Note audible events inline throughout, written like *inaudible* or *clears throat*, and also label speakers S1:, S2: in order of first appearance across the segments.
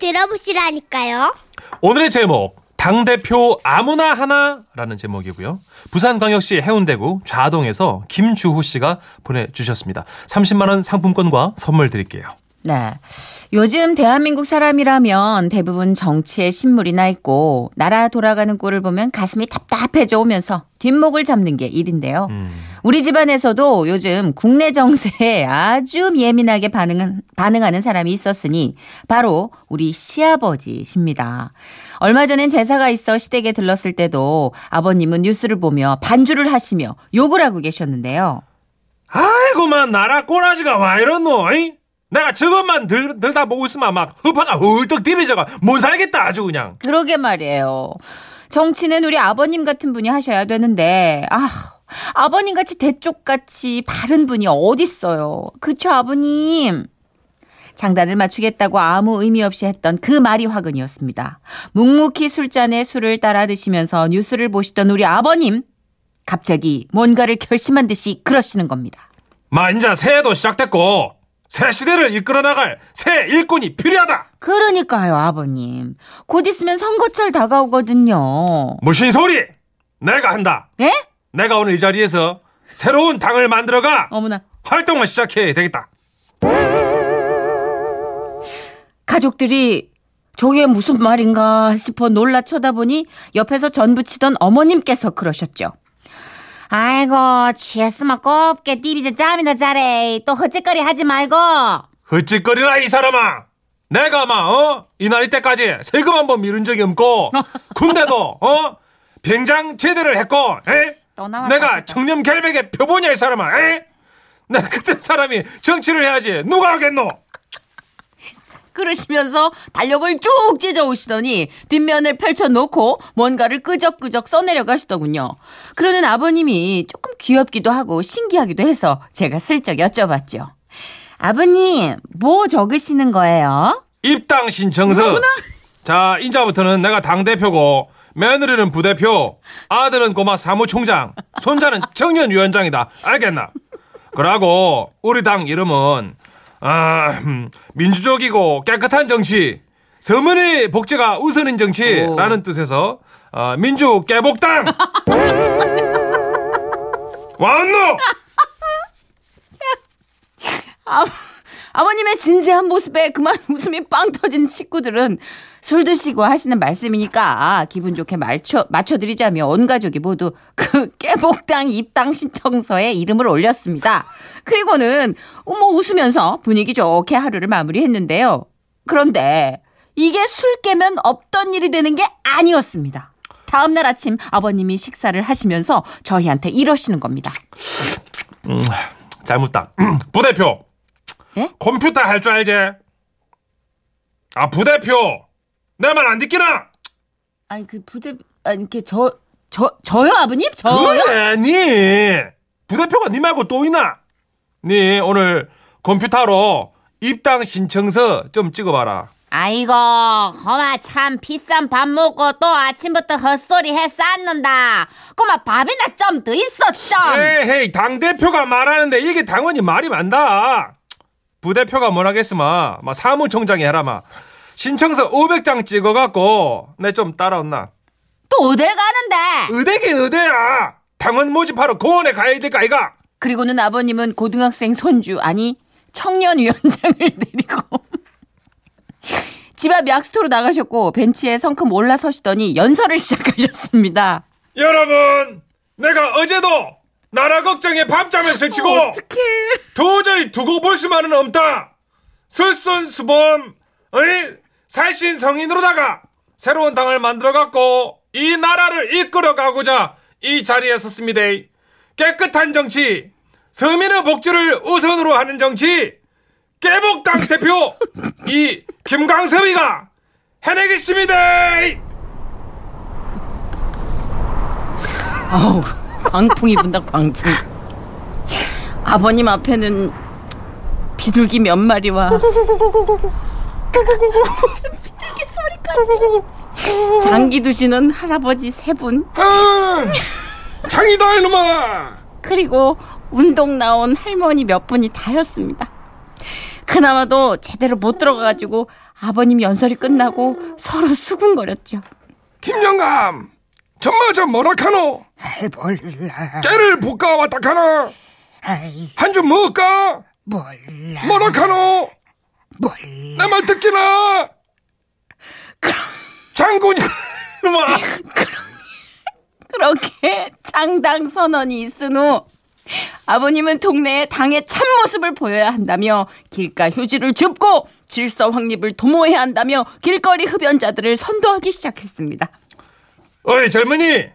S1: 들어보시라니까요.
S2: 오늘의 제목 당대표 아무나 하나라는 제목이고요. 부산광역시 해운대구 좌동에서 김주호 씨가 보내주셨습니다. 30만 원 상품권과 선물 드릴게요.
S3: 네. 요즘 대한민국 사람이라면 대부분 정치에 신물이 나 있고 나라 돌아가는 꼴을 보면 가슴이 답답해져 오면서 뒷목을 잡는 게 일인데요. 우리 집안에서도 요즘 국내 정세에 아주 예민하게 반응은, 반응하는 사람이 있었으니 바로 우리 시아버지십니다. 얼마 전엔 제사가 있어 시댁에 들렀을 때도 아버님은 뉴스를 보며 반주를 하시며 욕을 하고 계셨는데요.
S2: 아이고만 나라 꼬라지가 와 이러노? 이? 내가 저것만 들, 들다 보고 있으면 막 허파가 헐떡 디비져가 못 살겠다 아주 그냥.
S3: 그러게 말이에요. 정치는 우리 아버님 같은 분이 하셔야 되는데 아 아버님 같이 대쪽같이 바른 분이 어딨어요. 그쵸 아버님. 장단을 맞추겠다고 아무 의미 없이 했던 그 말이 화근이었습니다. 묵묵히 술잔에 술을 따라 드시면서 뉴스를 보시던 우리 아버님 갑자기 뭔가를 결심한 듯이 그러시는 겁니다.
S2: 마 인자 새해도 시작됐고 새 시대를 이끌어 나갈 새 일꾼이 필요하다.
S3: 그러니까요 아버님 곧 있으면 선거철 다가오거든요.
S2: 무슨 소리? 내가 한다.
S3: 예?
S2: 내가 오늘 이 자리에서 새로운 당을 만들어가
S3: 어머나
S2: 활동을 시작해야 되겠다.
S3: 가족들이 저게 무슨 말인가 싶어 놀라 쳐다보니 옆에서 전부치던 어머님께서 그러셨죠. 아이고 GS만 곱게 띠비제 짬이나 잘해 또 헛짓거리 하지 말고
S2: 헛짓거리라 이 사람아. 내가 막 어? 이 나이 때까지 세금 한 번 미룬 적이
S3: *laughs*
S2: 없고 군대도 어? 병장 제대를 했고 에?
S3: 또 나왔다,
S2: 내가
S3: 진짜.
S2: 청렴 결백의 표본이야 이 사람아. 에? 나 같은 사람이 정치를 해야지 누가 하겠노?
S3: 그러시면서 달력을 쭉 찢어오시더니 뒷면을 펼쳐놓고 뭔가를 끄적끄적 써내려 가시더군요. 그러는 아버님이 조금 귀엽기도 하고 신기하기도 해서 제가 슬쩍 여쭤봤죠. 아버님 뭐 적으시는 거예요?
S2: 입당 신청서. 자, 인자부터는 내가 당대표고, 며느리는 부대표, 아들은 고마 사무총장, 손자는 청년위원장이다. 알겠나? 그러고, 우리 당 이름은, 아, 음, 민주적이고 깨끗한 정치, 서민의 복지가 우선인 정치라는 뜻에서, 어, 민주 깨복당! 왔노!
S3: 아, 아버님의 진지한 모습에 그만 웃음이 빵 터진 식구들은 술 드시고 하시는 말씀이니까 아, 기분 좋게 맞춰, 맞춰드리자며 온 가족이 모두 그 깨복당 입당 신청서에 이름을 올렸습니다. 그리고는 뭐 웃으면서 분위기 좋게 하루를 마무리했는데요. 그런데 이게 술 깨면 없던 일이 되는 게 아니었습니다. 다음 날 아침 아버님이 식사를 하시면서 저희한테 이러시는 겁니다.
S2: 잘못당. *clears throat* 부대표.
S3: 예?
S2: 컴퓨터 할 줄 알지? 아 부대표. 내 말 안 듣기나?
S3: 아니 그 부대 아니 이렇게 저 저, 저요, 아버님? 저요?
S2: 그래 니 부대표가 니 말고 또 있나? 니 오늘 컴퓨터로 입당 신청서 좀 찍어봐라.
S4: 아이고, 거마 참 비싼 밥 먹고 또 아침부터 헛소리 해 쌓는다. 꼬마 밥이나 좀 더 있어
S3: 아.
S4: 좀.
S2: 에헤이 당 대표가 말하는데 이게 당연히 말이 많다. 부대표가 뭐라겠으마? 막 사무총장이 해라마. 신청서 500장 찍어갖고 내 좀 따라온나?
S4: 또 어딜 가는데?
S2: 의대긴 의대야. 당원 모집하러 공원에 가야 될까 이가.
S3: 그리고는 아버님은 고등학생 손주, 아니, 청년위원장을 *laughs* 데리고 집 앞 약수터로 나가셨고 벤치에 성큼 올라서시더니 연설을 시작하셨습니다.
S2: 여러분, 내가 어제도 나라 걱정에 밤잠을 설치고 도저히 두고 볼 수만은 없다. 설선수범, 의 살신 성인으로다가 새로운 당을 만들어 갖고 이 나라를 이끌어 가고자 이 자리에 섰습니다. 깨끗한 정치, 서민의 복지를 우선으로 하는 정치, 깨복당 대표 이 김광섭이가 해내겠습니다.
S3: 아우, 광풍이 분다, 광풍. 아버님 앞에는 비둘기 몇 마리와 비둘기 소리까지 장기 두시는 할아버지 세 분,
S2: 아, 장이다 이놈아
S3: 그리고 운동 나온 할머니 몇 분이 다였습니다. 그나마도 제대로 못 들어가가지고 아버님 연설이 끝나고 서로 수군거렸죠.
S1: 김영감 정말 저 뭐라 카노
S5: 아이 몰라
S1: 깨를 볶아 왔다 카나
S5: 아이
S1: 한 줌 먹을까
S5: 몰라
S1: 뭐라 카노
S5: 몰라
S1: 내 말 듣기나
S2: *laughs*
S1: 장군이 이놈아
S3: 그렇게 장당 선언이 있은 후 아버님은 동네에 당의 참모습을 보여야 한다며 길가 휴지를 줍고 질서 확립을 도모해야 한다며 길거리 흡연자들을 선도하기 시작했습니다.
S2: 어이 젊은이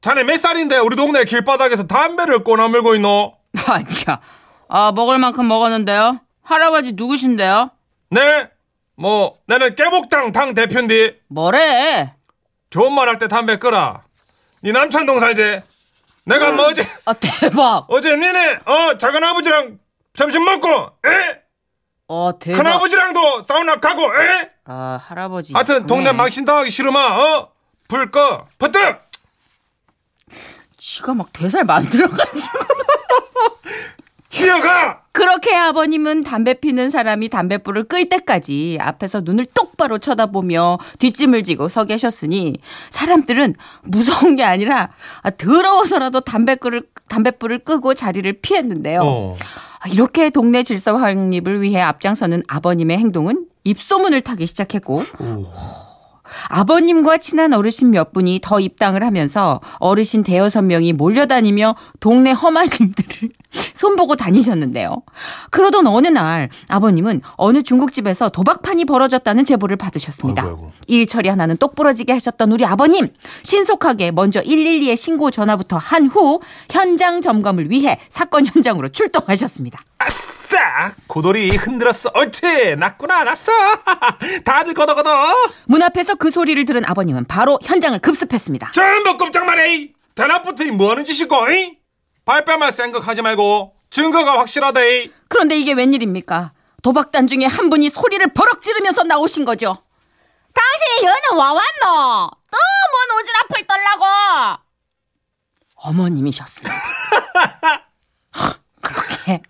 S2: 자네 몇 살인데 우리 동네 길바닥에서 담배를 꼬나 물고 있노?
S3: 아니야. 아, 먹을 만큼 먹었는데요. 할아버지 누구신데요?
S2: 네? 뭐 나는 깨복당 당 대표인데
S3: 뭐래?
S2: 좋은 말 할 때 담배 끄라 네 남천동 살지? 내가 뭐 어제
S3: 아, 대박.
S2: 어제 니네 어 작은아버지랑 점심 먹고 에?
S3: 어, 대박.
S2: 큰아버지랑도 사우나 가고 에?
S3: 아, 할아버지.
S2: 하여튼
S3: 음.
S2: 동네 망신당하기 싫으마 어? 불꺼 버뜩
S3: 지가 막 대살 만들어가지고.
S2: 기어가
S3: 그렇게 아버님은 담배 피는 사람이 담배불을 끌 때까지 앞에서 눈을 똑바로 쳐다보며 뒷짐을 지고 서 계셨으니 사람들은 무서운 게 아니라 아, 더러워서라도 담배불을 담배불을 끄고 자리를 피했는데요.
S2: 어.
S3: 아, 이렇게 동네 질서 확립을 위해 앞장서는 아버님의 행동은 입소문을 타기 시작했고 아버님과 친한 어르신 몇 분이 더 입당을 하면서 어르신 대여섯 명이 몰려다니며 동네 험한님들을 *laughs* 손보고 다니셨는데요. 그러던 어느 날 아버님은 어느 중국집에서 도박판이 벌어졌다는 제보를 받으셨습니다.
S2: 아이고, 아이고.
S3: 일 처리 하나는 똑부러지게 하셨던 우리 아버님 신속하게 먼저 112에 신고 전화부터 한 후 현장 점검을 위해 사건 현장으로 출동하셨습니다.
S2: 아싸 고돌이 흔들었어 옳지 났구나 났어 *laughs* 다들 걷어걷어
S3: 문 앞에서 그 소리를 들은 아버님은 바로 현장을 급습했습니다.
S2: 전부 꼼짝만 해 대낮부터 이 뭐하는 짓이고 이? 발뺌할 생각하지 말고 증거가 확실하다 이.
S3: 그런데 이게 웬일입니까? 도박단 중에 한 분이 소리를 버럭 지르면서 나오신 거죠.
S4: 당신이 여는 와 왔노? 또 뭔 오지랖을 떨라고?
S3: 어머님이셨습니다. *laughs* 하, 그렇게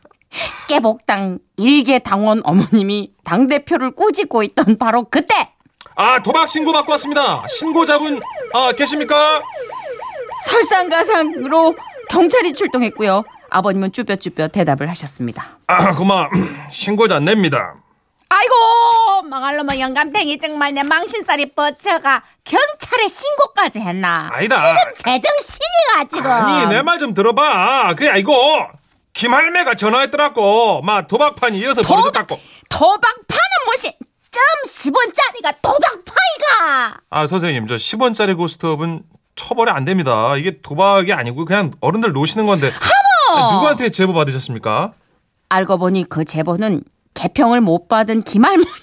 S3: 깨복당 일개 당원 어머님이 당대표를 꾸짖고 있던 바로 그때
S2: 아 도박 신고 받고 왔습니다 신고자분 아 계십니까
S3: 설상가상으로 경찰이 출동했고요. 아버님은 쭈뼛쭈뼛 대답을 하셨습니다.
S2: 아 그만 *clears throat* 신고자 안 냅니다
S4: 아이고 망할놈의 영감탱이 정말 내 망신살이 뻗쳐가 경찰에 신고까지 했나?
S2: 아니다.
S4: 지금 제정신이가 지금.
S2: 아니 내 말 좀 들어봐 그게 아니고 김할매가 전화했더라고 마 도박판이 이어서 벌어졌다고
S4: 도박판은 무엇이? 점 10원짜리가 도박파이가.
S2: 아 선생님 저 10원짜리 고스톱은 처벌이 안 됩니다. 이게 도박이 아니고 그냥 어른들 노시는 건데 아, 누구한테 제보 받으셨습니까?
S3: 알고 보니 그 제보는 개평을 못 받은
S4: *laughs*
S3: 김할머니가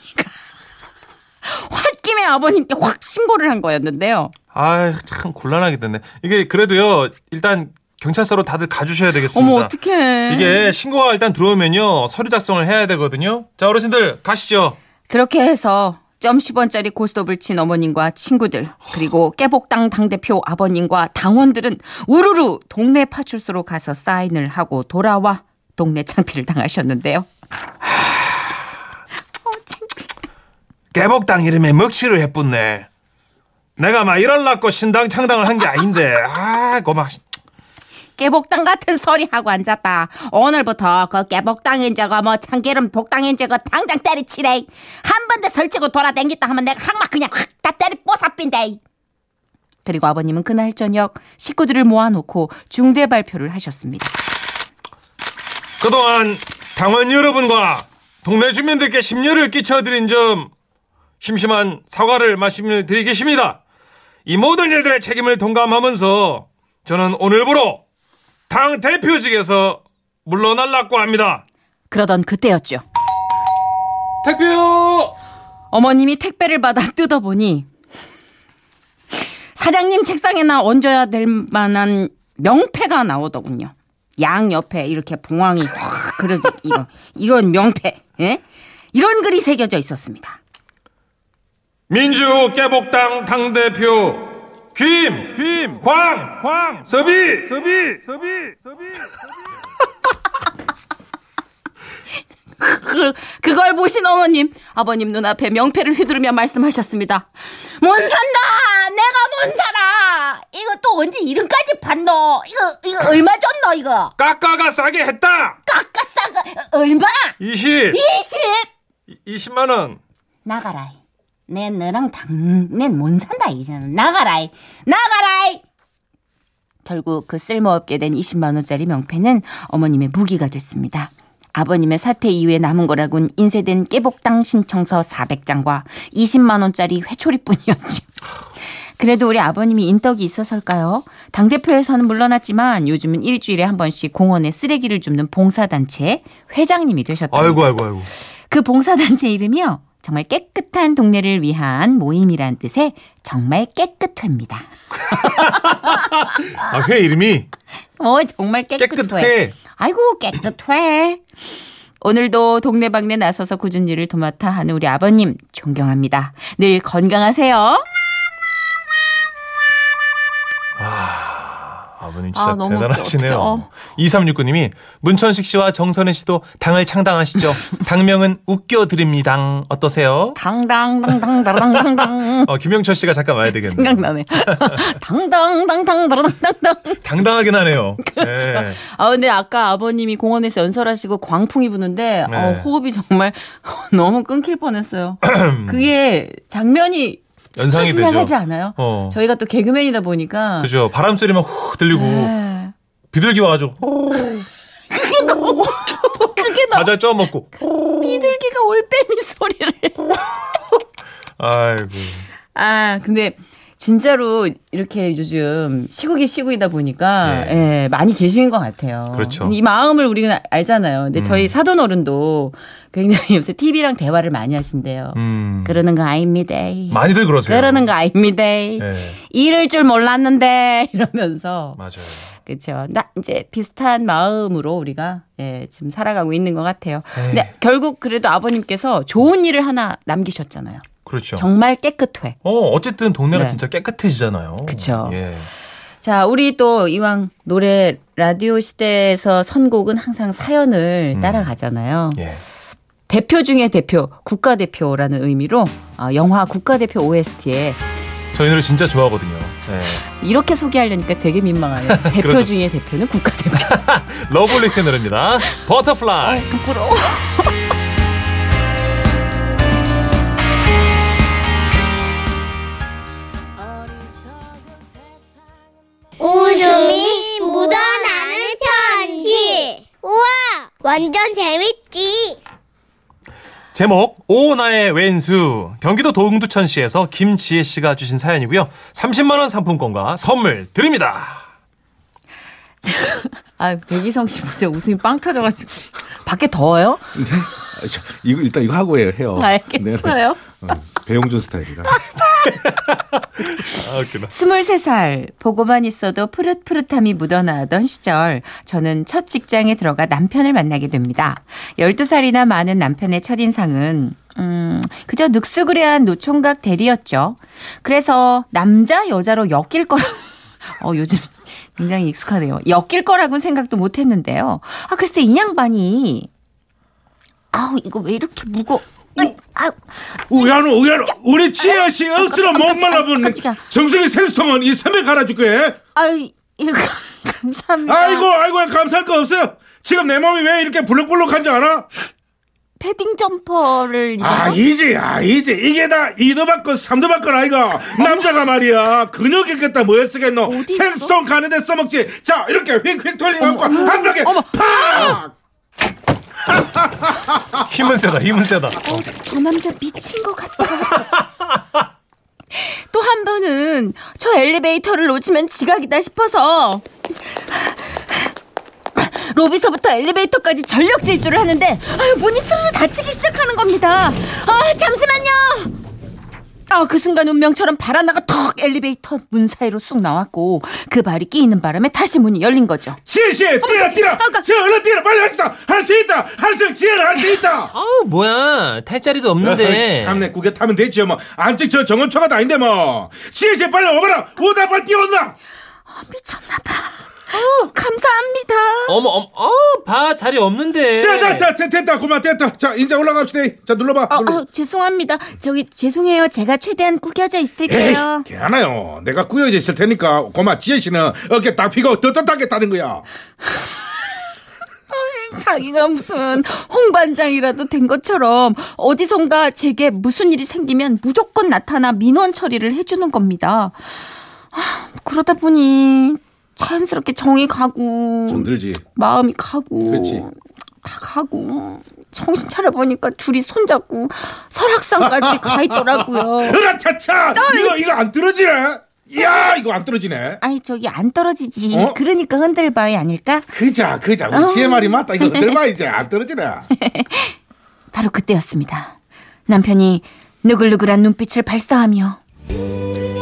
S3: 홧김에 아버님께 확 신고를 한 거였는데요.
S2: 아 참 곤란하게 됐네. 이게 그래도요 일단 경찰서로 다들 가주셔야 되겠습니다.
S3: 어머 어떡해.
S2: 이게 신고가 일단 들어오면요 서류 작성을 해야 되거든요. 자 어르신들 가시죠.
S3: 그렇게 해서 점 10원짜리 고스톱을 친 어머님과 친구들 그리고 깨복당 당대표 아버님과 당원들은 우르르 동네 파출소로 가서 사인을 하고 돌아와 동네 창피를 당하셨는데요. 어,
S2: 깨복당 이름에 먹칠을 해뿐네. 내가 막 이럴라고 신당 창당을 한 게 아닌데 아 고마.
S4: 깨복당 같은 소리 하고 앉았다. 오늘부터 그 깨복당인 저거 뭐 참기름 복당인 저거 당장 때리치래. 한 번도 설치고 돌아댕겼다 하면 내가 항막 그냥 확 다 때리 뽀사핀데.
S3: 그리고 아버님은 그날 저녁 식구들을 모아놓고 중대 발표를 하셨습니다.
S2: 그동안 당원 여러분과 동네 주민들께 심려를 끼쳐드린 점 심심한 사과를 말씀을 드리겠습니다. 이 모든 일들의 책임을 동감하면서 저는 오늘부로 당 대표직에서 물러날라고 합니다.
S3: 그러던 그때였죠.
S2: 대표!
S3: 어머님이 택배를 받아 뜯어보니 사장님 책상에나 얹어야 될 만한 명패가 나오더군요. 양 옆에 이렇게 봉황이 확 그려져 이거 이런 명패, 예? 이런 글이 새겨져 있었습니다.
S2: 민주 깨복당 당 대표 김! 김! 광! 광! 서비! 서비! 서비!
S3: 그 그, 그걸 보신 어머님, 아버님 눈앞에 명패를 휘두르며 말씀하셨습니다. 못 산다!
S4: 아, 내가 뭔 사라. 이거 또 언제 이름까지 봤노? 이거 이거 얼마 줬노 이거?
S2: 까까가 싸게 했다.
S4: 깎았어 얼마?
S2: 20,
S4: 20
S2: 20만 원.
S4: 나가라. 내 너랑 당내못 산다 이제는 나가라. 나가라.
S3: 결국 그 쓸모없게 된 20만원짜리 명패는 어머님의 무기가 됐습니다. 아버님의 사태 이후에 남은 거라곤 인쇄된 깨복당 신청서 400장과 20만원짜리 회초리뿐이었죠. 그래도 우리 아버님이 인덕이 있어서일까요? 당대표에서는 물러났지만 요즘은 일주일에 한 번씩 공원에 쓰레기를 줍는 봉사단체 회장님이 되셨다.
S2: 아이고 아이고 아이고.
S3: 그 봉사단체 이름이요. 정말 깨끗한 동네를 위한 모임이란 뜻의 정말 깨끗회입니다.
S2: 아, 회 이름이
S3: 어, 정말 깨끗회.
S2: 깨끗해.
S3: 아이고 깨끗해. 오늘도 동네방네 나서서 굳은 일을 도맡아 하는 우리 아버님 존경합니다. 늘 건강하세요.
S2: 아버님 진짜
S3: 아, 너무
S2: 대단하시네요.
S3: 어떡해요.
S2: 2369님이 문천식 씨와 정선혜 씨도 당을
S3: *laughs*
S2: 창당하시죠. 당명은 웃겨드립니다. 어떠세요?
S3: *laughs* 당당당당당당당.
S2: 어, 김영철 씨가 잠깐 와야 되겠네요.
S3: 생각나네. *laughs* 당당당당당당당당.
S2: 당당하긴
S3: *laughs*
S2: 하네요. 네.
S3: 아 근데 아까 아버님이 공원에서 연설하시고 광풍이 부는데
S2: 네.
S3: 어, 호흡이 정말 *laughs* 너무 끊길
S2: *clears throat*
S3: 뻔했어요. 그게 장면이
S2: 연상이
S3: 스쳐 지나가지
S2: 되죠.
S3: 않아요?
S2: 어.
S3: 저희가 또 개그맨이다 보니까
S2: 그죠. 바람 소리만 후 들리고
S3: 네.
S2: 비둘기 와가지고 호,
S3: 네. 그게 너무
S2: 과자 쪄먹고.
S3: 비둘기가 올빼미 소리를.
S2: 아이고.
S3: 아, 근데 진짜로 이렇게 요즘 시국이 시국이다 보니까
S2: 예.
S3: 예, 많이 계신 것 같아요.
S2: 그렇죠. 음.
S3: 이 마음을 우리는 알- 알잖아요. 근데 저희 사돈 어른도 굉장히 *laughs* 요새 TV랑 대화를 많이 하신대요.
S2: 음.
S3: 그러는 거 아닙니다.
S2: 많이들 그러세요.
S3: 그러는 거 아닙니다.
S2: 예.
S3: 이럴 줄 몰랐는데 *laughs* 이러면서
S2: 맞아요.
S3: 그렇죠. 나 이제 비슷한 마음으로 우리가 예, 지금 살아가고 있는 것 같아요.
S2: 에이.
S3: 근데 결국 그래도 아버님께서 좋은 일을 하나 남기셨잖아요.
S2: 그렇죠.
S3: 정말 깨끗해.
S2: 어, 어쨌든 동네가
S3: 네.
S2: 진짜 깨끗해지잖아요.
S3: 그쵸.
S2: 예.
S3: 자, 우리 또 이왕 노래 라디오 시대에서 선곡은 항상 사연을 따라가잖아요.
S2: 음. 예.
S3: 대표 중에 대표, 국가대표라는 의미로 어, 영화 국가대표 OST에
S2: 저희 노래 진짜 좋아하거든요. 예.
S3: 이렇게 소개하려니까 되게 민망하네요. 대표
S2: *laughs* 그러죠.
S3: 중에
S2: *laughs*
S3: 대표는 국가대표.
S2: 러블리스의 노래입니다. 버터플라이.
S3: 부끄러워.
S6: 웃음이 묻어나는 편지. 우와, 완전 재밌지.
S2: 제목 오나의 왼수 경기도 도흥두천시에서 김지혜 씨가 주신 사연이고요. 30만 원 상품권과 선물 드립니다.
S3: 아, 백이성 씨 보세요. 웃음이 빵 터져가지고. 밖에 더워요?
S7: 아, 저, 이거 일단 이거 하고 해요.
S2: 뭐,
S7: 해요. 네,
S3: 알겠어요.
S7: 네. 어, 배용준 스타일이라.
S2: 아, 웃기다.
S3: 23살 보고만 있어도 푸릇푸릇함이 묻어나던 시절 저는 첫 직장에 들어가 남편을 만나게 됩니다. 12살이나 많은 남편의 첫인상은 음, 그저 늑수그레한 노총각 대리였죠. 그래서 남자 여자로 엮일 거라 *laughs* 어, 요즘 굉장히 익숙하네요. 엮일 거라고는 생각도 못 했는데요. 아, 글쎄 이 양반이 아우, 이거 왜 이렇게 무거워. 아이, 아우,
S7: 우야노 우야노 우리 지혜 씨 억지로 목말라 붙는
S3: 깜짝이야. 그러니까.
S7: 정성이 생수통은 이 섬에 갈아줄게.
S3: 아이, 이거 *laughs* 감사합니다.
S7: 아이고 아이고 감사할 거 없어요. 지금 내 몸이 왜 이렇게 불룩불룩한지 알아?
S3: 패딩 점퍼를 입어서
S7: 아 이제 아 이제 이게 다 이도 받고 삼도 받고 아이가 남자가 말이야 근육 있겠다 뭐에 쓰겠노
S3: 어디 있어?
S7: 생수통 가는데 써먹지 자 이렇게 휙휙 돌리고 한 명에 팍
S2: 힘은 세다. 힘은 세다.
S3: 저 남자 미친 것 같다. *laughs* 또 한 번은 저 엘리베이터를 놓치면 지각이다 싶어서 로비서부터 엘리베이터까지 전력 질주를 하는데 아유, 문이 술로 닫히기 시작하는 겁니다. 아 잠시만요. 아 그 순간 운명처럼 발 하나가 턱 엘리베이터 문 사이로 쑥 나왔고 그 발이 끼이는 바람에 다시 문이 열린 거죠.
S7: 지혜씨 뛰라 뛰라
S3: 어, 아까- 그러니까
S7: 지혜 얼른 뛰라 빨리 할 수 있다 할 수 있다 할 수 지혜는 할 수
S2: *laughs*
S7: 있다
S2: 아우 뭐야 탈 자리도 *laughs*
S7: 어이, 참내 구게 타면 되지 뭐 안찍 저 정원초가 다닌데 뭐 지혜씨 빨리 오봐라 오다 빨리 뛰어온다
S3: 미쳤나 봐. 감사합니다.
S2: 어머, 어머, 어, 봐, 자리 없는데.
S7: 자, 자, 자, 자, 됐다, 고마, 됐다. 자, 이제 올라갑시다. 자, 눌러봐.
S3: 어,
S7: 눌러.
S3: 어, 죄송합니다. 저기 죄송해요. 제가 최대한 구겨져
S7: 에이,
S3: 있을게요.
S7: 괜찮아요. 내가 꾸려져 있을 테니까 고마 지혜 씨는 어깨 딱 피고 떳떳하겠다는 거야.
S3: *laughs* 자기가 무슨 홍반장이라도 된 것처럼 어디선가 제게 무슨 일이 생기면 무조건 나타나 민원 처리를 해주는 겁니다. 아, 그러다 보니 자연스럽게 정이 가고
S7: 힘들지.
S3: 마음이 가고
S7: 그치.
S3: 다 가고 정신 차려보니까 둘이 손잡고 설악산까지 가 있더라고요.
S7: *laughs* 으라차차! 이거, 이거 안 떨어지네? 이야, 이거 안 떨어지네.
S3: 어, 아니 저기 안 떨어지지.
S7: 어?
S3: 그러니까 흔들바위 아닐까?
S7: 그자, 그자. 우리 지혜 말이 맞다. 이거 흔들봐, 이제. 안 떨어지네.
S3: 바로 그때였습니다. 남편이 누글누글한 눈빛을 발사하며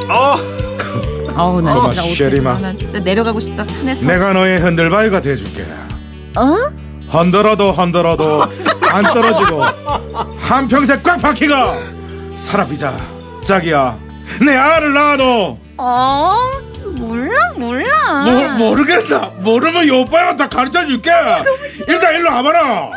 S7: 어?
S3: 어우 나
S7: 고마워,
S3: 진짜
S7: 쉐리마.
S3: 어떡해. 나 진짜 내려가고 싶다 산에서
S7: 내가 너의 흔들바위가 돼줄게.
S3: 어?
S7: 흔들어도 흔들어도 안 떨어지고 한평생 꽉 박히가 사라비자 자기야 내 알을 낳아도
S3: 어? 몰라
S2: 아.
S3: 몰라
S7: 모, 모르겠다 모르면 이 오빠가 다 가르쳐줄게
S2: 아,
S7: 일단 일로 와봐라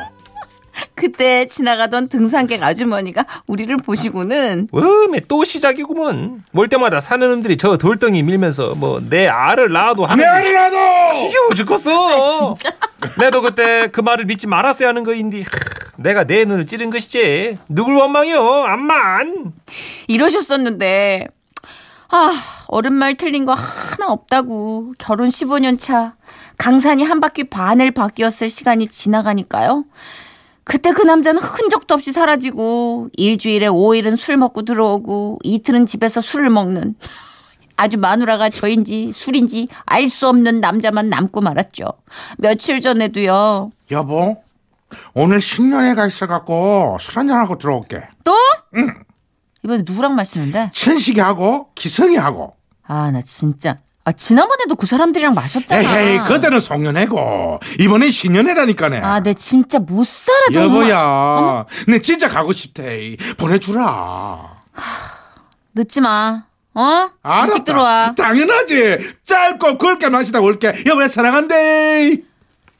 S3: 그때 지나가던 등산객 아주머니가 우리를 보시고는
S2: 음에 또 시작이구먼. 올 때마다 사는 놈들이 저 돌덩이 밀면서 뭐 내 알을 낳아도 하는
S7: 내 알을 낳아도
S2: 지겨워 죽겠어. 나도 그때 그 말을 믿지 말았어야 하는 거인데 하, 내가 내 눈을 찌른 것이지. 누굴 원망이요? 암만.
S3: 이러셨었는데 아 어른말 틀린 거 하나 없다고 결혼 15년 차 강산이 한 바퀴 반을 바뀌었을 시간이 지나가니까요 그때 그 남자는 흔적도 없이 사라지고 일주일에 5일은 술 먹고 들어오고 이틀은 집에서 술을 먹는 아주 마누라가 저인지 술인지 알 수 없는 남자만 남고 말았죠 며칠 전에도요
S7: 여보 오늘 신년회가 있어갖고 술 한잔하고 들어올게
S3: 또? 이번에 누구랑 마시는데?
S7: 천식이하고 기성이하고
S3: 아 나 진짜 아 지난번에도 그 사람들이랑 마셨잖아
S7: 에헤이 그때는 송년회고 이번엔 신년회라니까네
S3: 아, 내 진짜 못 살아 정말.
S7: 여보야 내 진짜 가고 싶대 보내주라
S3: 늦지 마. 어?
S7: 알았다.
S3: 일찍 들어와.
S7: 당연하지. 짧고 굵게 마시다 올게. 여보야 사랑한대.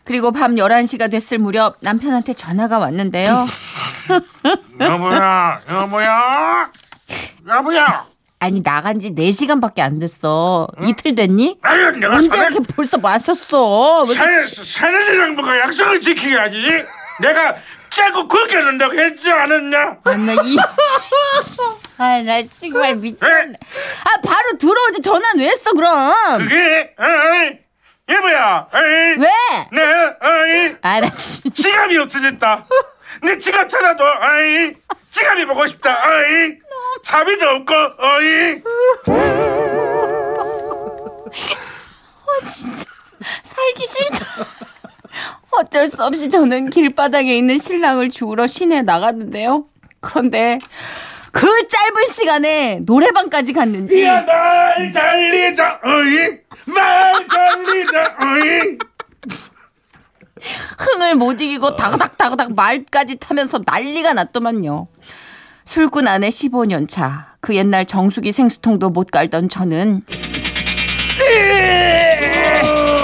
S3: 그리고 밤 11시가 됐을 무렵 남편한테 전화가
S7: *laughs*
S3: 왔는데요.
S7: 여보야, 여보야, 여보야.
S3: 아니 나간 지 4시간밖에 안 됐어. 이틀 됐니?
S7: 아유, 내가
S3: 언제 그- 이렇게 벌써 마셨어? 왜 *laughs* 이렇게
S7: 사내리랑 뭔가 약속을 지켜야지. 내가 짧고 굵게 넣는다고 했지 않았냐?
S3: 만나 이 아, 나 정말 미치겠네. 아, 바로 들어오지 전화 왜 했어, 그럼?
S7: 그게, 어이, 여보야, 어이,
S3: 왜?
S7: 내, 어이,
S3: 아, 나 진짜.
S7: 지갑이 없어졌다. 내 지갑 찾아도, 어이, 지갑이 보고 싶다, 어이, 자비도 없고, 어이.
S3: 살기 싫다. *laughs* 어쩔 수 없이 저는 길바닥에 있는 신랑을 주우러 시내에 나갔는데요. 그런데 그 짧은 시간에 노래방까지 갔는지
S7: 야, 말 달리자, 어이! 말 달리자, 어이!
S3: 흥을 못 이기고 다그닥다그닥 말까지 타면서 난리가 났더만요. 술꾼 아내 15년 차. 그 옛날 정수기 생수통도 못 갈던 저는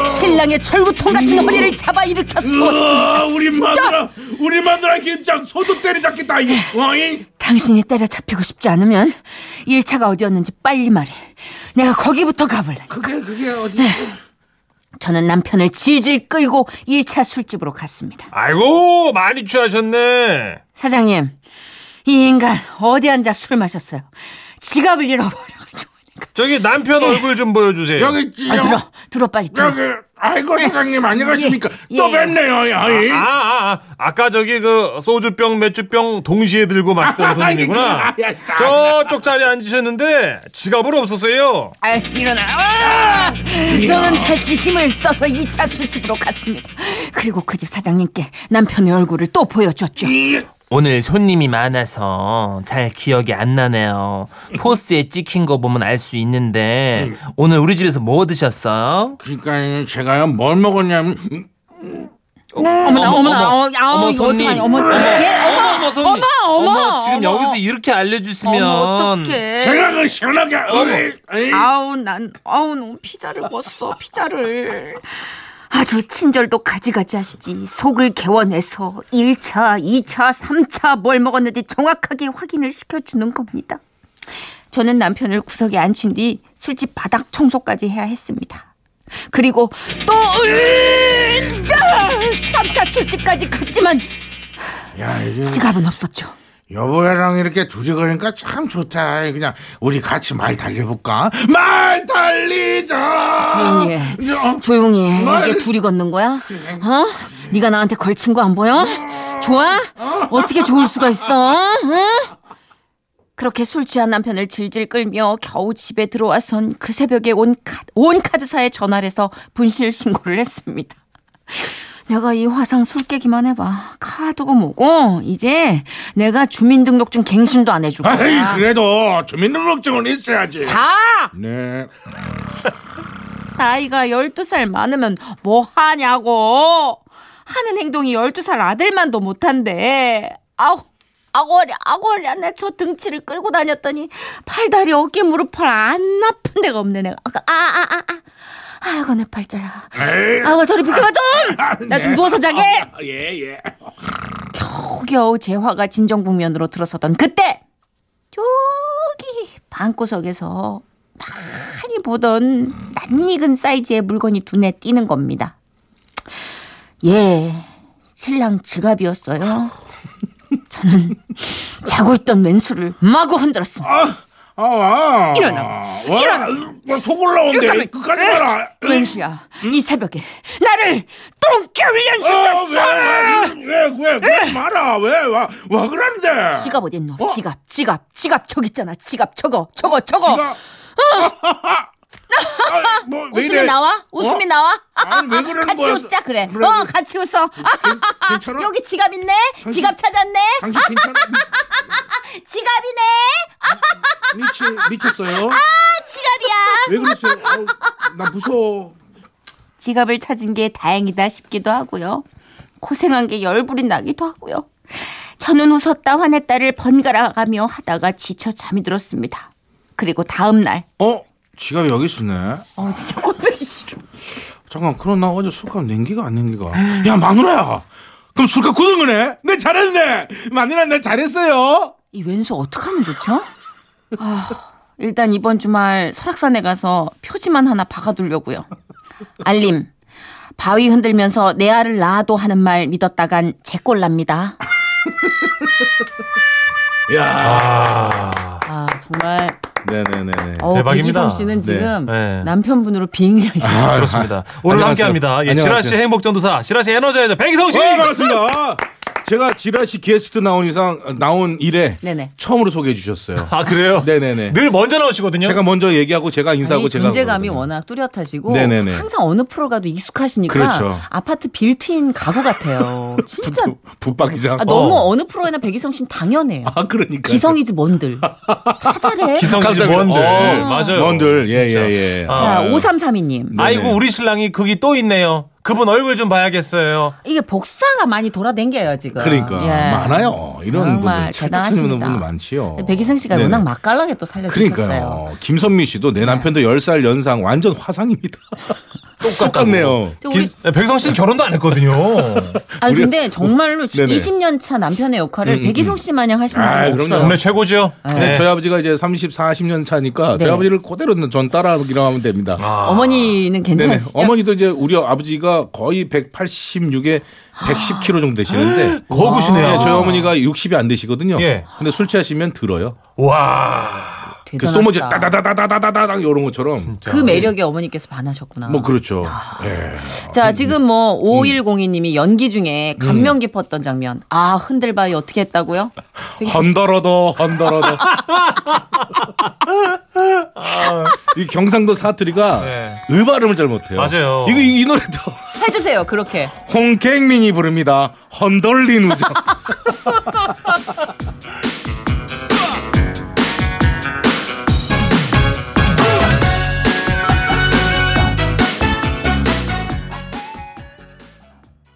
S3: 신랑의 철구통 같은 허리를 잡아 일으켰습니다.
S7: 어, 우리 마누라, 우리 마누라 김장 소도 때리잡겠다, 이, 어이!
S3: 당신이 때려잡히고 싶지 않으면 1차가 어디였는지 빨리 말해. 내가 거기부터 가볼래.
S7: 그게, 그게 어디.
S3: 저는 남편을 질질 끌고 1차 술집으로 갔습니다.
S2: 아이고 많이 취하셨네.
S3: 사장님, 이 인간 어디 앉아 술 마셨어요? 지갑을 잃어버려가지고.
S2: 저기 남편 얼굴 좀 보여주세요.
S7: 여기 있지,
S3: 아,
S7: 여기,
S3: 들어, 들어 빨리 들어.
S7: 여기, 아이고, 사장님, 안녕하십니까.
S3: 예,
S7: 또
S3: 예.
S7: 뵙네요, 어이!
S2: 아, 아, 아, 까 저기 그 소주병, 맥주병 동시에 들고
S7: *laughs*
S2: 마시던 손님이구나.
S7: 아이고, 야, 참.
S2: 저쪽 자리에 앉으셨는데 지갑은 없었어요.
S3: 아, 일어나. 아! 저는 다시 힘을 써서 2차 술집으로 갔습니다. 그리고 그 집 사장님께 남편의 얼굴을 또 보여줬죠.
S7: 예.
S8: 오늘 손님이 많아서 잘 기억이 안 나네요. 포스에 찍힌 거 보면 알 수 있는데
S2: 음.
S8: 오늘 우리 집에서 뭐 드셨어요?
S7: 그러니까 제가요, 뭘 먹었냐면,
S3: 네. 어머나 어머나 어머
S9: 어머,
S3: 어머 이거
S9: 손님.
S3: 어떡하냐 어머
S9: 어머,
S3: 예
S9: 어머,
S3: 어머
S9: 어머, 손님.
S3: 어머, 어머,
S9: 지금
S3: 어머.
S9: 여기서 이렇게 알려주시면
S3: 어머
S7: 예.
S3: 어떡해
S7: 그
S10: 생각은 시원하게 어이 어이
S3: 아우 난 아우 너무 피자를 먹었어 피자를 아주 친절도 가지가지 하시지 속을 개원해서 1차 2차 3차 뭘 먹었는지 정확하게 확인을 시켜주는 겁니다 저는 남편을 구석에 앉힌 뒤 술집 바닥 청소까지 해야 했습니다 그리고 또 3차 술집까지 갔지만
S7: 야, 이게
S3: 지갑은 없었죠
S7: 여보랑 이렇게 둘이 걸으니까 참 좋다. 그냥 우리 같이 말 달려볼까? 말 달리자.
S3: 조용히 해.
S7: 어?
S3: 조용히 해.
S7: 뭘?
S3: 이게 둘이 걷는 거야? 어? 네가 나한테 걸친 거 안 보여? 좋아? 어떻게 좋을 수가 있어? 어? 그렇게 술 취한 남편을 질질 끌며 겨우 집에 들어와선 그 새벽에 온, 카, 온 카드사에 전화를 해서 분실 신고를 했습니다. 내가 이 화상 술 깨기만 해봐. 카드고 뭐고 이제 내가 주민등록증 갱신도 안 해줄
S7: 아이,
S3: 거야.
S7: 그래도 주민등록증은 있어야지.
S3: 자!
S7: 네.
S3: 나이가 12살 많으면 뭐 하냐고. 하는 행동이 12살 아들만도 못한대. 아우, 아고리, 아고리, 안에 저 등치를 끌고 다녔더니 팔, 다리, 어깨, 무릎팔 안 아픈 데가 없네, 내가. 아, 아, 아, 아. 아이고, 내 팔자야.
S7: 에이,
S3: 아우, 저리 비켜봐, 좀! 나 좀
S7: 네.
S3: 누워서 자게!
S7: 아, 예, 예.
S3: 겨우겨우 재화가 진정 국면으로 들어서던 그때 저기 방구석에서 많이 보던 낯익은 사이즈의 물건이 눈에 띄는 겁니다. 예, 신랑 지갑이었어요. 저는 자고 있던 왼수를 마구 흔들었습니다.
S7: 아, 아, 아.
S3: 일어나.
S7: 와, 나 속을 나온데. 끝까지 봐라.
S3: 왼수야, 이 새벽에 나를 똥개
S7: 아,
S3: 훈련시켰어!
S7: 왜, 왜, 왜, 그러지 마라. 왜, 와, 와, 그러는데.
S3: 지갑 어딨노? 지갑, 지갑, 지갑 저기 있잖아. 지갑 저거, 저거, 저거.
S7: 지가- *laughs* 아, 뭐, 왜
S3: 어. 웃음이
S7: 이래?
S3: 나와? 웃음이 나와?
S7: 아니, 왜 그러는
S3: 같이
S7: 거야?
S3: 웃자 그래.
S7: 그래.
S3: 어, 같이 웃어. 아,
S7: 괜찮아?
S3: 여기 지갑 있네. 지갑 찾았네.
S7: 당신 괜찮아?
S3: 지갑이네.
S7: 미치, 미쳤어요?
S3: 아, 지갑이야.
S7: 왜 그랬어요? 어우, 나 무서워.
S3: 지갑을 찾은 게 다행이다 싶기도 하고요. 고생한 게 열불이 나기도 하고요. 저는 웃었다 화냈다를 번갈아가며 하다가 지쳐 잠이 들었습니다. 그리고 다음 날.
S7: 어? 지갑이 여기 있었네.
S3: 어, 진짜 꼴보기 싫어.
S7: 잠깐, 그럼 나 어제 술값 낸기가 안 낸기가. 야, 마누라야. 그럼 술값 굳은 거네? 내 잘했네. 마누라, 나 잘했어요.
S3: 이 왼수 어떻게 하면 좋죠? 아, 일단 이번 주말 설악산에 가서 표지만 하나 박아두려고요. 알림. 바위 흔들면서 내 알을 낳아도 하는 말 믿었다간 제꼴납니다.
S2: 아,
S3: 아 정말
S7: 네네네네.
S3: 어,
S2: 대박입니다.
S3: 백이성 씨는 지금
S2: 네.
S3: 남편분으로 빙의하시죠.
S7: 아,
S2: 그렇습니다. 오늘 함께
S7: 안녕하세요.
S2: 합니다. 예,
S7: 안녕하세요.
S2: 지라 씨 행복전도사, 지라 씨 에너지자, 백이성 씨!
S7: 어, 반갑습니다. 제가 지라시 게스트 나온 이상, 나온 이래
S3: 네네.
S7: 처음으로 소개해 주셨어요.
S2: 아, 그래요?
S7: 네네네.
S2: 늘 먼저 나오시거든요.
S7: 제가 먼저 얘기하고 제가 인사하고
S3: 아니,
S7: 제가
S3: 존재감이
S7: 그러거든요.
S3: 워낙 뚜렷하시고
S7: 네네네.
S3: 항상 어느 프로 가도 익숙하시니까
S7: 그렇죠.
S3: 아파트 빌트인 가구
S7: *laughs*
S3: 같아요. 진짜
S7: 붙박이장.
S3: 아, 너무 어느 프로에나 백이성 씨는 당연해요.
S7: 아, 그러니까.
S3: 기성이지
S7: *laughs*
S3: 뭔들. 화잘해.
S2: 기성이
S7: 깜짝 놀랐-
S2: 뭔들.
S7: 어,
S2: 맞아요.
S7: 뭔들. 예,
S2: 진짜.
S7: 예, 예.
S2: 아,
S3: 자,
S7: 네.
S3: 5332님.
S7: 네네.
S2: 아이고 우리 신랑이 그게 또 있네요. 그분 얼굴 좀 봐야겠어요.
S3: 이게 복사가 많이 돌아댕겨요, 지금.
S7: 그러니까
S3: 예.
S7: 많아요. 이런
S3: 정말
S7: 분들 칠타치는
S3: 대단하십니다.
S7: 분들 많지요.
S3: 근데 백이성 씨가
S7: 네네.
S3: 워낙 맛깔나게 또 살려주셨어요. 네.
S7: 그러니까요. 김선미 씨도 내 남편도 10살 연상 완전 화상입니다. 똑같네요.
S3: 저 우리-
S2: 기- 백성 씨는 결혼도 안
S7: *laughs*
S2: 했거든요.
S3: 아니,
S7: 우리- 음,
S3: 근데 정말로
S7: 네네. 음,
S3: 20년 차 남편의 역할을 백이성 씨 마냥 하시는
S7: 아,
S3: 분이
S7: 그럼요.
S3: 없어요.
S2: 정말 최고죠.
S7: 네, 저희 아버지가 이제 30, 40년 차니까
S3: 네.
S7: 저희 아버지를 그대로 전 따라하기로 하면 됩니다.
S2: 아.
S3: 어머니는
S7: 아, 네네.
S3: 괜찮으시죠?
S7: 어머니도 이제 우리 아버지가 거의 186에 110kg 정도
S2: *gasps*
S7: 되시는데
S2: 거구시네요.
S7: 네, 저희 어머니가 60이 안 되시거든요.
S2: 예.
S7: 근데 술 취하시면 들어요.
S2: 와.
S7: 그
S3: 대단하시다.
S7: 소모제 따다다다다다다당 이런 것처럼
S3: 그 매력에 어머니께서 반하셨구나.
S7: 뭐 그렇죠.
S3: 아,
S7: 예.
S3: 자, 지금 뭐 5102님이 연기
S7: 음.
S3: 중에 감명 깊었던 장면. 아, 흔들바위 어떻게 했다고요?
S7: 음. 헌더러더 헌더러더.
S3: 아.
S7: 이 경상도 사투리가
S2: 네.
S7: 음 발음을 잘 못해요.
S2: 맞아요.
S7: 이거 이, 이 노래도
S3: 해주세요, 그렇게.
S7: 홍객민이 부릅니다. 헌덜린 우정.